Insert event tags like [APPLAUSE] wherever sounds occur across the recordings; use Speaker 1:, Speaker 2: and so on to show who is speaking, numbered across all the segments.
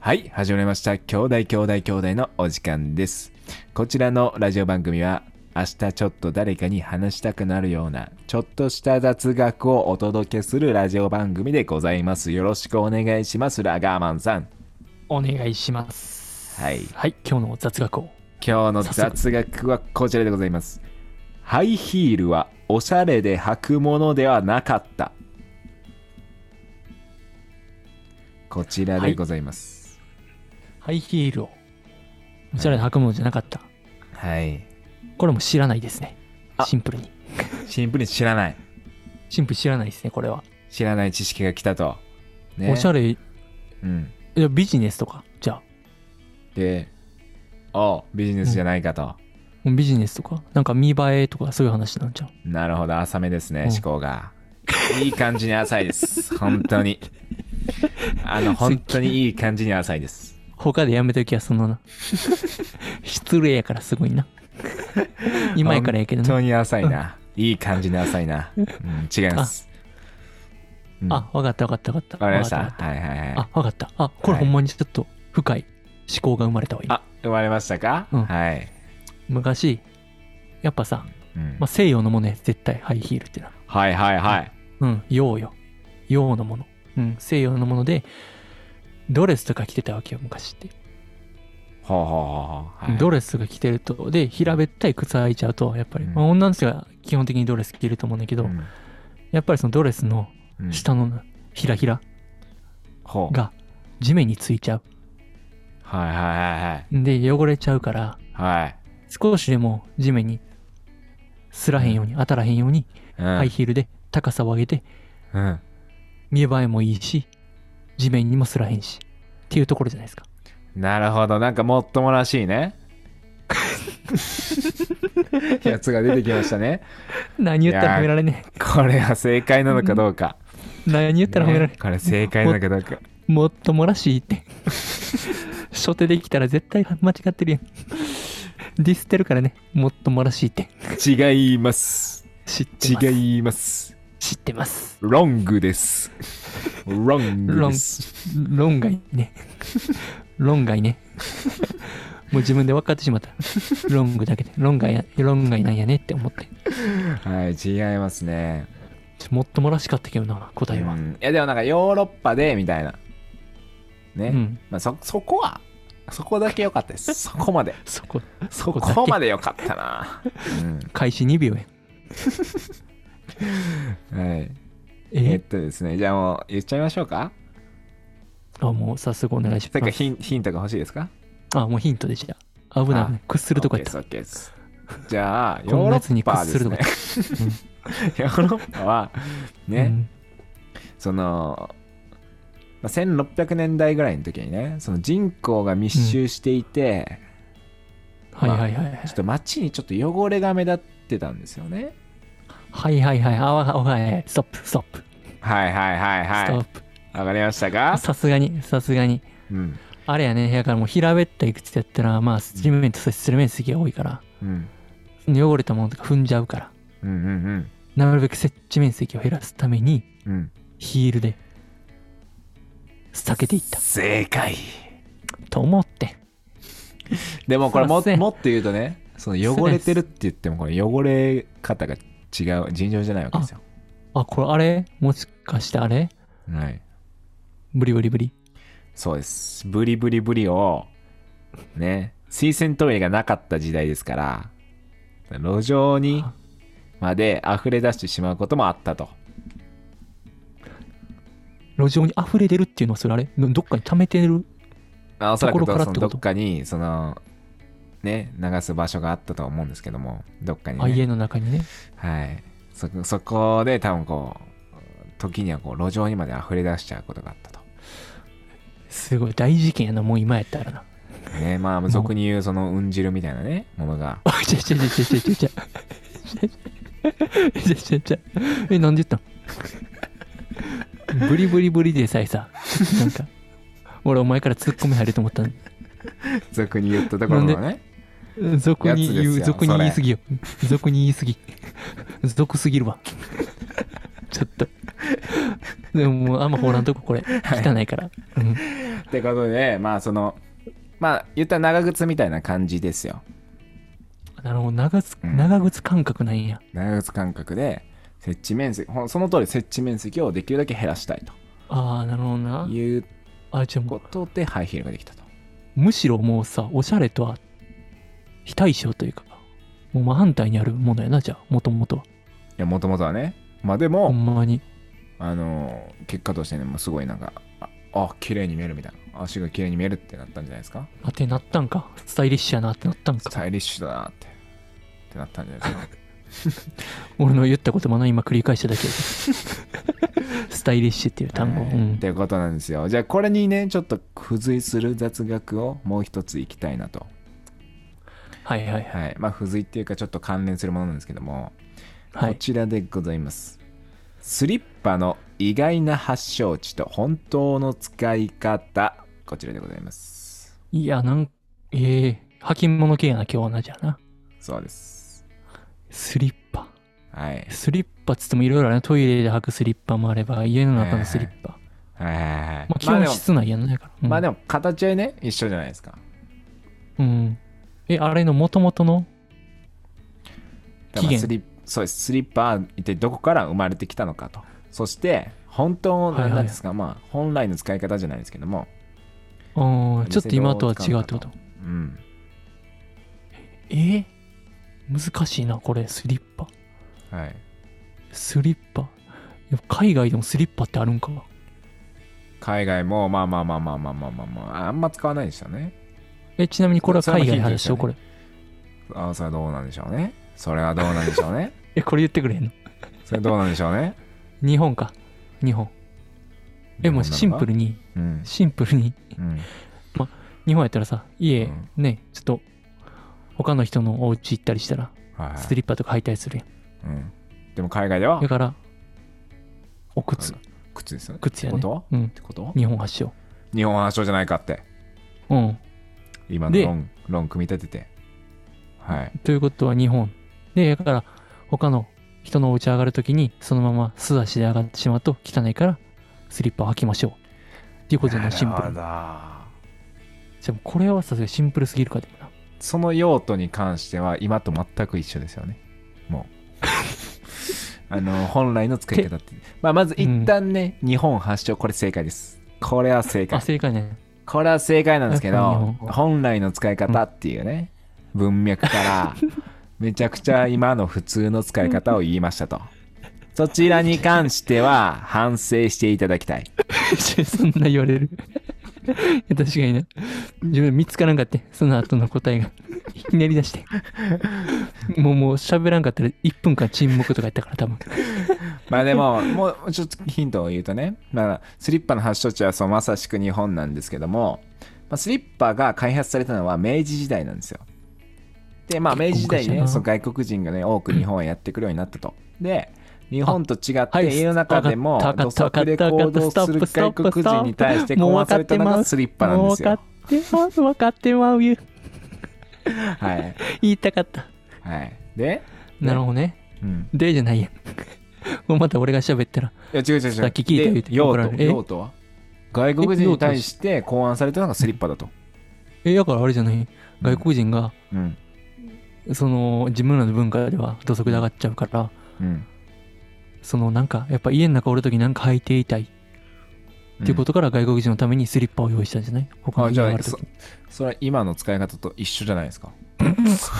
Speaker 1: はい、始まりました。兄弟兄弟兄弟のお時間です。こちらのラジオ番組は、明日ちょっと誰かに話したくなるような、ちょっとした雑学をお届けするラジオ番組でございます。よろしくお願いします、ラガーマンさん。
Speaker 2: お願いします。
Speaker 1: はい
Speaker 2: はい、今日の雑学を。
Speaker 1: 今日の雑学はこちらでございます。ハイヒールはおしゃれで履くものではなかった。こちらでございます。
Speaker 2: ハイヒールを。おしゃれな履くものじゃなかった。
Speaker 1: はい。
Speaker 2: これも知らないですね。
Speaker 1: あ
Speaker 2: シンプルに。
Speaker 1: シンプルに知らない。
Speaker 2: シンプルに知らないですね、これは。
Speaker 1: 知らない知識が来たと。ね、
Speaker 2: おしゃれ、い
Speaker 1: うん。
Speaker 2: やビジネスとか。じゃあ、
Speaker 1: で、あビジネスじゃないかと。
Speaker 2: もうビジネスとか。なんか見栄えとかそういう話なんじゃん。
Speaker 1: なるほど、浅めですね、
Speaker 2: うん
Speaker 1: 思考が。いい感じに浅い
Speaker 2: [LAUGHS]
Speaker 1: です。本当に。あの、本当にいい感じに浅いです。
Speaker 2: 他でやめときはそ [LAUGHS] のな。失礼やからすごいな。今やからやけど
Speaker 1: 本当
Speaker 2: ね。
Speaker 1: に浅いな。いい感じに浅いな。うん、違います。うん
Speaker 2: あ、わかったわかったわかった。
Speaker 1: わかりました。
Speaker 2: わかった
Speaker 1: はいはいはい。
Speaker 2: あ、わかった。あ、これ
Speaker 1: はい
Speaker 2: ほんまにちょっと深い思考が生まれたわ、今。
Speaker 1: あ、生まれましたか、
Speaker 2: うん
Speaker 1: はい、
Speaker 2: 昔、やっぱさ、
Speaker 1: うん
Speaker 2: まあ、西洋のものや絶対ハイヒールってな。
Speaker 1: はいはいはい。
Speaker 2: うん、洋よ。洋のもの。うん、西洋のもので、ドレスとか着てたわけよ、昔って。
Speaker 1: ほうほうほうほう。はい
Speaker 2: ドレスとか着てると、で、平べったい靴履いちゃうと、やっぱり、
Speaker 1: うん
Speaker 2: まあ、女の人が基本的にドレス着ると思うんだけど、
Speaker 1: うん
Speaker 2: やっぱりそのドレスの
Speaker 1: うん
Speaker 2: 下のひらひら
Speaker 1: ほう
Speaker 2: が地面についちゃ
Speaker 1: はいはいは
Speaker 2: う。で、汚れちゃうから、
Speaker 1: いはい。はい。
Speaker 2: 少しでも地面にすらへんように、当たらへんように、
Speaker 1: うん
Speaker 2: ハイヒールで高さを上げて、
Speaker 1: うん。
Speaker 2: 見栄えもいいし、地面にもすらへんし、っていうところじゃないですか。
Speaker 1: なるほど。なんかもっともらしいね。やつが出てきましたね。
Speaker 2: [LAUGHS] 何言ったら褒められね
Speaker 1: これは正解なのかどうか。
Speaker 2: え。何言ったら褒められね
Speaker 1: ねこれ正解なのかどうか。
Speaker 2: え。 [LAUGHS] もっともらしいって。 [LAUGHS] 初手できたら絶対間違ってるやん。ディスってるからね。もっともらしいって。
Speaker 1: 違います。
Speaker 2: 知ってます。
Speaker 1: 違います。
Speaker 2: 知ってます。
Speaker 1: ロングです。ロングです。
Speaker 2: 論外 [LAUGHS] ね。論外ね。もう自分で分かってしまった。論外だけで。論外や、論外なんやねって思って。
Speaker 1: はい、違いますね。
Speaker 2: ちょもっともらしかったけどな、答えは
Speaker 1: う。んいや、でもなんかヨーロッパでみたいな。ね。
Speaker 2: うん
Speaker 1: まあ、そ、そこは、そこだけ良かったです。そこまで。
Speaker 2: [LAUGHS] そこ、
Speaker 1: そ
Speaker 2: こだけ
Speaker 1: こまで良かったな。
Speaker 2: 開始2秒や。
Speaker 1: うん。はい。えっ
Speaker 2: え
Speaker 1: とですね、じゃあもう言っちゃいましょうか。
Speaker 2: あ、もう早速お願いし
Speaker 1: なん
Speaker 2: ま
Speaker 1: か
Speaker 2: す。
Speaker 1: ヒンヒントが欲しいですか
Speaker 2: あ、もうヒントでした。危ない危ない。屈するとこやった。
Speaker 1: オッケーですオッケーですじゃあ、
Speaker 2: こ
Speaker 1: ヨ
Speaker 2: ん
Speaker 1: ー
Speaker 2: な
Speaker 1: ロ
Speaker 2: やつに
Speaker 1: ッパ
Speaker 2: 屈
Speaker 1: ですす
Speaker 2: ると
Speaker 1: ね [LAUGHS]
Speaker 2: か。
Speaker 1: ヨーロッパは、ね、
Speaker 2: うん
Speaker 1: その、まあ、1600年代ぐらいの時にね、その人口が密集していて、
Speaker 2: はいはいはいはい
Speaker 1: ちょっと街にちょっと汚れが目立ってたんですよね。
Speaker 2: はいはいはいあわあわはいストップストップ
Speaker 1: はいはいはい
Speaker 2: スト
Speaker 1: は
Speaker 2: ップ
Speaker 1: い。わかりましたか
Speaker 2: さすがにさすがに
Speaker 1: うん。
Speaker 2: あれやねだからもう平べったい靴やったらまあ地面と接する面積が多いから
Speaker 1: うん。
Speaker 2: 汚れたものとか踏んじゃうから
Speaker 1: うんうん
Speaker 2: なるべく接地面積を減らすために
Speaker 1: うん。うん。
Speaker 2: ヒールで避けていった
Speaker 1: 正解。
Speaker 2: と思って
Speaker 1: でもこれも
Speaker 2: すいません
Speaker 1: もっと言うとね、その汚れてるって言っても、これ汚れ方が違う、尋常じゃないわけですよ。
Speaker 2: あこれあれもしかしてあれ
Speaker 1: はい。
Speaker 2: ブリブリブリ
Speaker 1: そうです。ブリブリブリを、ね、水洗トイレがなかった時代ですから、路上に
Speaker 2: あ
Speaker 1: まで溢れ出してしまうこともあったと。
Speaker 2: 路上に溢れ出るっていうのはそれあれどどっかに溜めてる
Speaker 1: まあおそらく
Speaker 2: ところから
Speaker 1: その
Speaker 2: ってこ
Speaker 1: ど
Speaker 2: と
Speaker 1: っかに、その、ね、流す場所があったと思うんですけども、どっかに、
Speaker 2: あ家
Speaker 1: ね。
Speaker 2: の中にね
Speaker 1: はい。そ、そこで多分こう、時にはこう、路上にまで溢れ出しちゃうことがあったと。
Speaker 2: すごい大事件やなもう今やったらな
Speaker 1: ね、まあ、俗に言う、その、うん汁みたいなね、ものが。
Speaker 2: あ、ちゃちゃちゃちゃちゃちゃちゃ。ちゃちゃちゃ。え、なんで言ったのブリブリブリでさえさ、なんか、俺お前からツッコミ入ると思ったの
Speaker 1: 俗に言ったところのね。
Speaker 2: 俗に
Speaker 1: やつで
Speaker 2: 言
Speaker 1: す
Speaker 2: う、
Speaker 1: よ
Speaker 2: 俗に言いすぎよ。俗に言いすぎ。俗すぎるわ。ちょっと。でももうあんまほらんとここれ。汚いから。うん
Speaker 1: ってことで、まあその、まあ言ったら長靴みたいな感じですよ。
Speaker 2: なるほど長靴
Speaker 1: うん
Speaker 2: 長靴感覚なんや、
Speaker 1: 長靴感覚で、設置面積、ほんその通り設置面積をできるだけ減らしたい
Speaker 2: ああなるほど
Speaker 1: と
Speaker 2: な
Speaker 1: いう
Speaker 2: あじゃあも
Speaker 1: こ
Speaker 2: う
Speaker 1: とでハイヒールができたと。
Speaker 2: むしろもうさおしゃれとは非対称というかもう真反対にあるものやなじゃあもともとはい
Speaker 1: や、もともとはね。まあでも、
Speaker 2: ほんまに
Speaker 1: あのー結果としてね、もうすごいなんか、あ、あ綺麗に見えるみたいな。足が綺麗に見えるってなったんじゃないですか。
Speaker 2: あてなったんかスタイリッシュやなってなったん
Speaker 1: ス
Speaker 2: か
Speaker 1: タイリッシュだなって。ってなったんじゃないですか。
Speaker 2: 俺の言ったこともない今繰り返しただけ
Speaker 1: [LAUGHS]
Speaker 2: スタイリッシュっていう単語、
Speaker 1: はい
Speaker 2: うん
Speaker 1: ってことなんですよ。じゃあこれにね、ちょっと付随する雑学をもう一ついきたいなと。
Speaker 2: はいはいはい
Speaker 1: はい。まあ付随っていうかちょっと関連するものなんですけども、
Speaker 2: は
Speaker 1: こ
Speaker 2: い
Speaker 1: ちらでございます。スリッパの意外な発祥地と本当の使い方、こちらでございます。
Speaker 2: いやなんええ履物系やな今日はなじゃあな
Speaker 1: そうです。
Speaker 2: スリッパ
Speaker 1: はい。
Speaker 2: スリッパっつってもいろいろあるなトイレで履くスリッパもあれば家の中のスリッパ、
Speaker 1: はいはいはいはい
Speaker 2: まあ、基
Speaker 1: まあで
Speaker 2: 本
Speaker 1: も
Speaker 2: 室内やんないから、うん
Speaker 1: まあでも形はね一緒じゃないですか
Speaker 2: うんえあれの元々の
Speaker 1: だか
Speaker 2: 起
Speaker 1: ら
Speaker 2: 源
Speaker 1: スリッそうですスリッパは一体どこから生まれてきたのかとそして本当
Speaker 2: はいはい
Speaker 1: なんですか、まあ本来の使い方じゃないですけども
Speaker 2: うんちょっと今とは違うってこと
Speaker 1: うん
Speaker 2: え難しいなこれスリッパ
Speaker 1: はい
Speaker 2: スリッパいや海外でもスリッパってあるんか
Speaker 1: 海外もまあまあまあまあまあまあまあ、まあ、あんま使わないでしたね
Speaker 2: えちなみにこれは海
Speaker 1: それも
Speaker 2: 外
Speaker 1: ヒント
Speaker 2: 派
Speaker 1: で
Speaker 2: ですし
Speaker 1: よ
Speaker 2: ょ
Speaker 1: ね
Speaker 2: これ
Speaker 1: あそれはどうなんでしょうねそれはどうなんでしょう
Speaker 2: [LAUGHS]
Speaker 1: ね
Speaker 2: えこれ言ってくれへんの
Speaker 1: それはどうなんでしょうね
Speaker 2: 日本か日本えもうシンプ
Speaker 1: ル
Speaker 2: ルに
Speaker 1: うん、
Speaker 2: シンプルに
Speaker 1: うん、
Speaker 2: 日本やったらさ家、
Speaker 1: うん
Speaker 2: ねちょっと他の人のお家行ったりしたら
Speaker 1: はいはい
Speaker 2: スリッパとか履いたりするやん
Speaker 1: うん、でも海外では
Speaker 2: だからお靴
Speaker 1: 靴ですよね
Speaker 2: 靴やね
Speaker 1: ってこと
Speaker 2: うん
Speaker 1: ってこと
Speaker 2: 日本発祥
Speaker 1: 日本発祥じゃないかって
Speaker 2: うん
Speaker 1: 今の
Speaker 2: で
Speaker 1: 論論組み立ててはい
Speaker 2: ということは日本でだから他の人のお家上がるときにそのまま素足で上がってしまうと汚いからスリッパを履きましょうっていうことのシンプル
Speaker 1: なるほ
Speaker 2: でもこれはさすがにシンプルすぎるかでもな
Speaker 1: どその用途に関しては今と全く一緒ですよねも
Speaker 2: [LAUGHS]
Speaker 1: うあの本来の使い方っていうまあ、まず一旦ね、日本発祥これ正解ですこれは正
Speaker 2: あ
Speaker 1: 解
Speaker 2: 正解ね [LAUGHS]
Speaker 1: これは正解なんですけ
Speaker 2: やっぱ
Speaker 1: ど
Speaker 2: 日本
Speaker 1: 本来の使い方っていうね、文脈から
Speaker 2: [LAUGHS]
Speaker 1: めちゃくちゃ今の普通の使い方を言いましたとそちらに関しては反省していただきたい
Speaker 2: そんな言われるいや確かにな自分見つからんかってその後の答えがひねり出してもうもう喋らんかったら1分間沈黙とかやったから [LAUGHS] 多分
Speaker 1: まあでも、もうちょっとヒントを言うとね、まあ、スリッパの発祥地はそうまさしく日本なんですけども、まあ、スリッパが開発されたのは明治時代なんですよ。で、まあ明治時代に
Speaker 2: 結構昔や
Speaker 1: ね、
Speaker 2: な
Speaker 1: そう外国人がね、多く日本へやってくるようになったと。で、日本と違っ
Speaker 2: あは
Speaker 1: て
Speaker 2: い
Speaker 1: 家の中でも
Speaker 2: わか
Speaker 1: 土
Speaker 2: ったわか
Speaker 1: 足
Speaker 2: った
Speaker 1: で行動する
Speaker 2: わかったスト
Speaker 1: 外
Speaker 2: ップ
Speaker 1: 国人に対して考案されたの
Speaker 2: もうわか
Speaker 1: が
Speaker 2: ってます
Speaker 1: スリッパなんですよ
Speaker 2: も。う分かってまう分かってまう言う
Speaker 1: はい。
Speaker 2: 言いたかった
Speaker 1: はい。で、
Speaker 2: なるほどね
Speaker 1: うん。
Speaker 2: でじゃないやん。 [LAUGHS] もうまた俺が喋ったら。
Speaker 1: いや違う違う違う。
Speaker 2: さっき聞いた言うて
Speaker 1: で用
Speaker 2: 怒られ
Speaker 1: 途、
Speaker 2: るえ
Speaker 1: 用途は外国人に対して考案されたのがスリッパだと。
Speaker 2: え、だからあれじゃない。外国人が、
Speaker 1: うん。
Speaker 2: その、自分らの文化では土足で上がっちゃうから、
Speaker 1: うん。
Speaker 2: その、なんか、やっぱ家の中おるときなんか履いていたいっていうことから外国人のためにスリッパを用意したんじゃない他の
Speaker 1: あじゃ
Speaker 2: 家があ
Speaker 1: あ
Speaker 2: ると
Speaker 1: そ
Speaker 2: き。
Speaker 1: それは今の使い方と一緒じゃないですか [LAUGHS]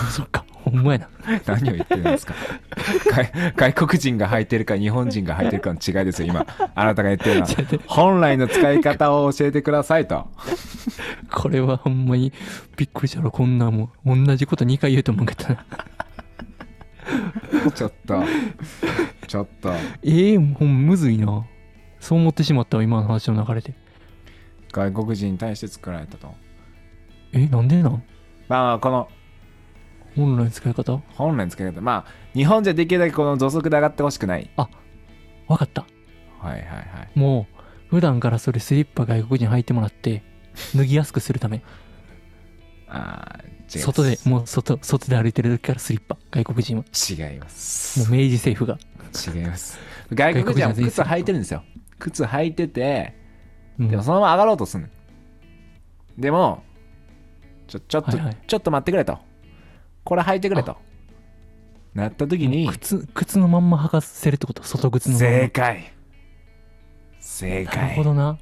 Speaker 2: そっか、 [LAUGHS] ほんまやな。
Speaker 1: 何を言ってるんですか [LAUGHS] 外外国人が履いてるか日本人が履いてるかの違いですよ今あなたが言ってるの
Speaker 2: [LAUGHS]
Speaker 1: は本来の使い方を教えてくださいと
Speaker 2: これはほんまにびっくりしたろ、こんなんもう。同じこと2回言うと思うけどな。 [LAUGHS]
Speaker 1: ちょっとちょっと
Speaker 2: ええほんまむずいな。そう思ってしまったわ、今の話の流れで。
Speaker 1: 外国人に対して作られたと
Speaker 2: え、なんでなん
Speaker 1: まあまあこの
Speaker 2: 本来の使い方
Speaker 1: 本来の使い方まあ日本じゃできるだけこの土足で上がってほしくない
Speaker 2: わかった。
Speaker 1: はいはいはい
Speaker 2: もう普段からそれスリッパ外国人履いてもらって脱ぎやすくするため
Speaker 1: あー違います
Speaker 2: 外でもう外外で歩いてる時からスリッパ外国人は
Speaker 1: 違いま
Speaker 2: もう
Speaker 1: す
Speaker 2: 明治政府が
Speaker 1: 違います外国人は靴履いてるんですよ靴履いてて
Speaker 2: うん
Speaker 1: でもそのまま上がろうとするのでもちょちょっと、
Speaker 2: はいはい
Speaker 1: ちょっと待ってくれとこれ履いてくれとなった時に
Speaker 2: 靴靴のまんま履かせるってこと外靴のまんま
Speaker 1: 正解正解
Speaker 2: なるほどな、
Speaker 1: は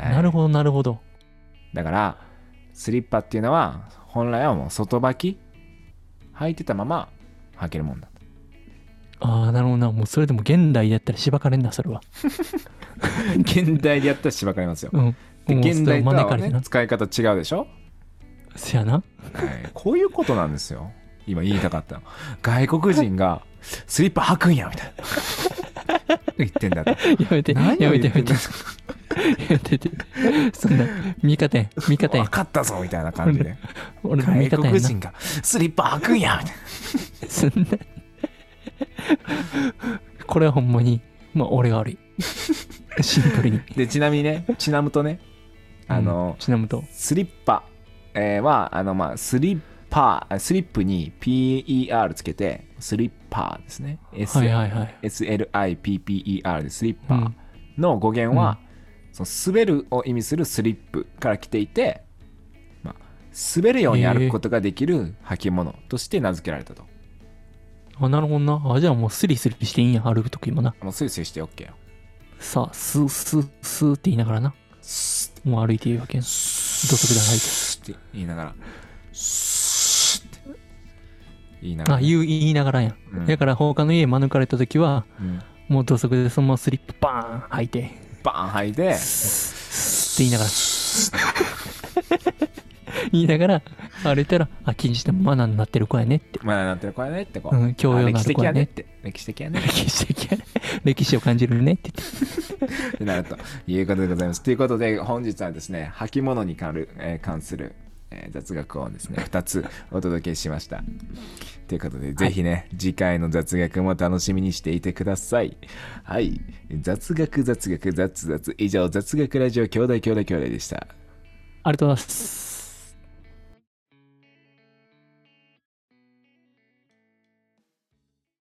Speaker 1: い
Speaker 2: なるほどなるほど
Speaker 1: だからスリッパっていうのは本来はもう外履き履いてたまま履けるも
Speaker 2: [LAUGHS]
Speaker 1: んだ
Speaker 2: ああなるほどなもうそれでも現代だったらしばかれんなそれは
Speaker 1: 現代でやったらしばかれますよ
Speaker 2: うんも
Speaker 1: で
Speaker 2: う
Speaker 1: 現代と
Speaker 2: 招か
Speaker 1: は、
Speaker 2: れて
Speaker 1: ね
Speaker 2: な、
Speaker 1: 使い方違うでしょ、
Speaker 2: せやな
Speaker 1: はいこういうことなんですよ今言いたかったの外国人がスリッパ履くんやみたいな言ってんだと
Speaker 2: やめてや
Speaker 1: 何を
Speaker 2: めて
Speaker 1: 言ってん
Speaker 2: やめて
Speaker 1: だ
Speaker 2: やめてやめてそんな味方やん味方や
Speaker 1: 分
Speaker 2: ん
Speaker 1: かったぞみたいな感じで
Speaker 2: 俺の味
Speaker 1: 外
Speaker 2: 方やん
Speaker 1: 国
Speaker 2: な
Speaker 1: 人がスリッパ履くんやみたい
Speaker 2: そんなこれはほんまにまあ俺が悪
Speaker 1: [LAUGHS]
Speaker 2: いシンプルに
Speaker 1: なでちなみにねちなむとねあの、
Speaker 2: うんちなみと
Speaker 1: スリッパ、えーはあの、まあ、スリッパースリップに PER つけてスリッパーですね、S
Speaker 2: はいはいはい、
Speaker 1: SLIPPER でスリッ
Speaker 2: う
Speaker 1: パー
Speaker 2: ん、
Speaker 1: の語源は、その滑るを意味するスリップから来ていて、まあ、滑るように歩くことができる履物として名付けられたと、
Speaker 2: あなるほどなあじゃあもうスリスリしていいんや歩くときもな
Speaker 1: もうスイスイして OK よ
Speaker 2: さあスースースーって言いながらな
Speaker 1: スッ
Speaker 2: もう歩いているわけやん土足で
Speaker 1: スッって言いながらスッって言いながら
Speaker 2: あ言う言いながらやん、
Speaker 1: うん
Speaker 2: だから放火の家免れた時は
Speaker 1: うん
Speaker 2: もう土足でそのままスリップバーン履いて
Speaker 1: バーン履いて
Speaker 2: スーって言いながら
Speaker 1: [LAUGHS]
Speaker 2: 言いながら歩いたらあ禁止でマナーになってる子やねって
Speaker 1: まあなってるこれねってこう、
Speaker 2: うん教養の
Speaker 1: 歴
Speaker 2: あ
Speaker 1: 史
Speaker 2: る
Speaker 1: 的
Speaker 2: 子
Speaker 1: や
Speaker 2: や
Speaker 1: ねっ
Speaker 2: ね
Speaker 1: て歴史的やね
Speaker 2: 歴史的や [LAUGHS] ね歴史を感じるねって言って
Speaker 1: って [LAUGHS] なるということでございますということで本日はですね履物に関る、えー関する、えー雑学をですね2つお届けしましたということで、ぜひね次回の雑学も楽しみにしていてくださいはい雑学雑学雑雑以上雑学ラジオ兄弟兄弟兄弟でした
Speaker 2: ありがとうございます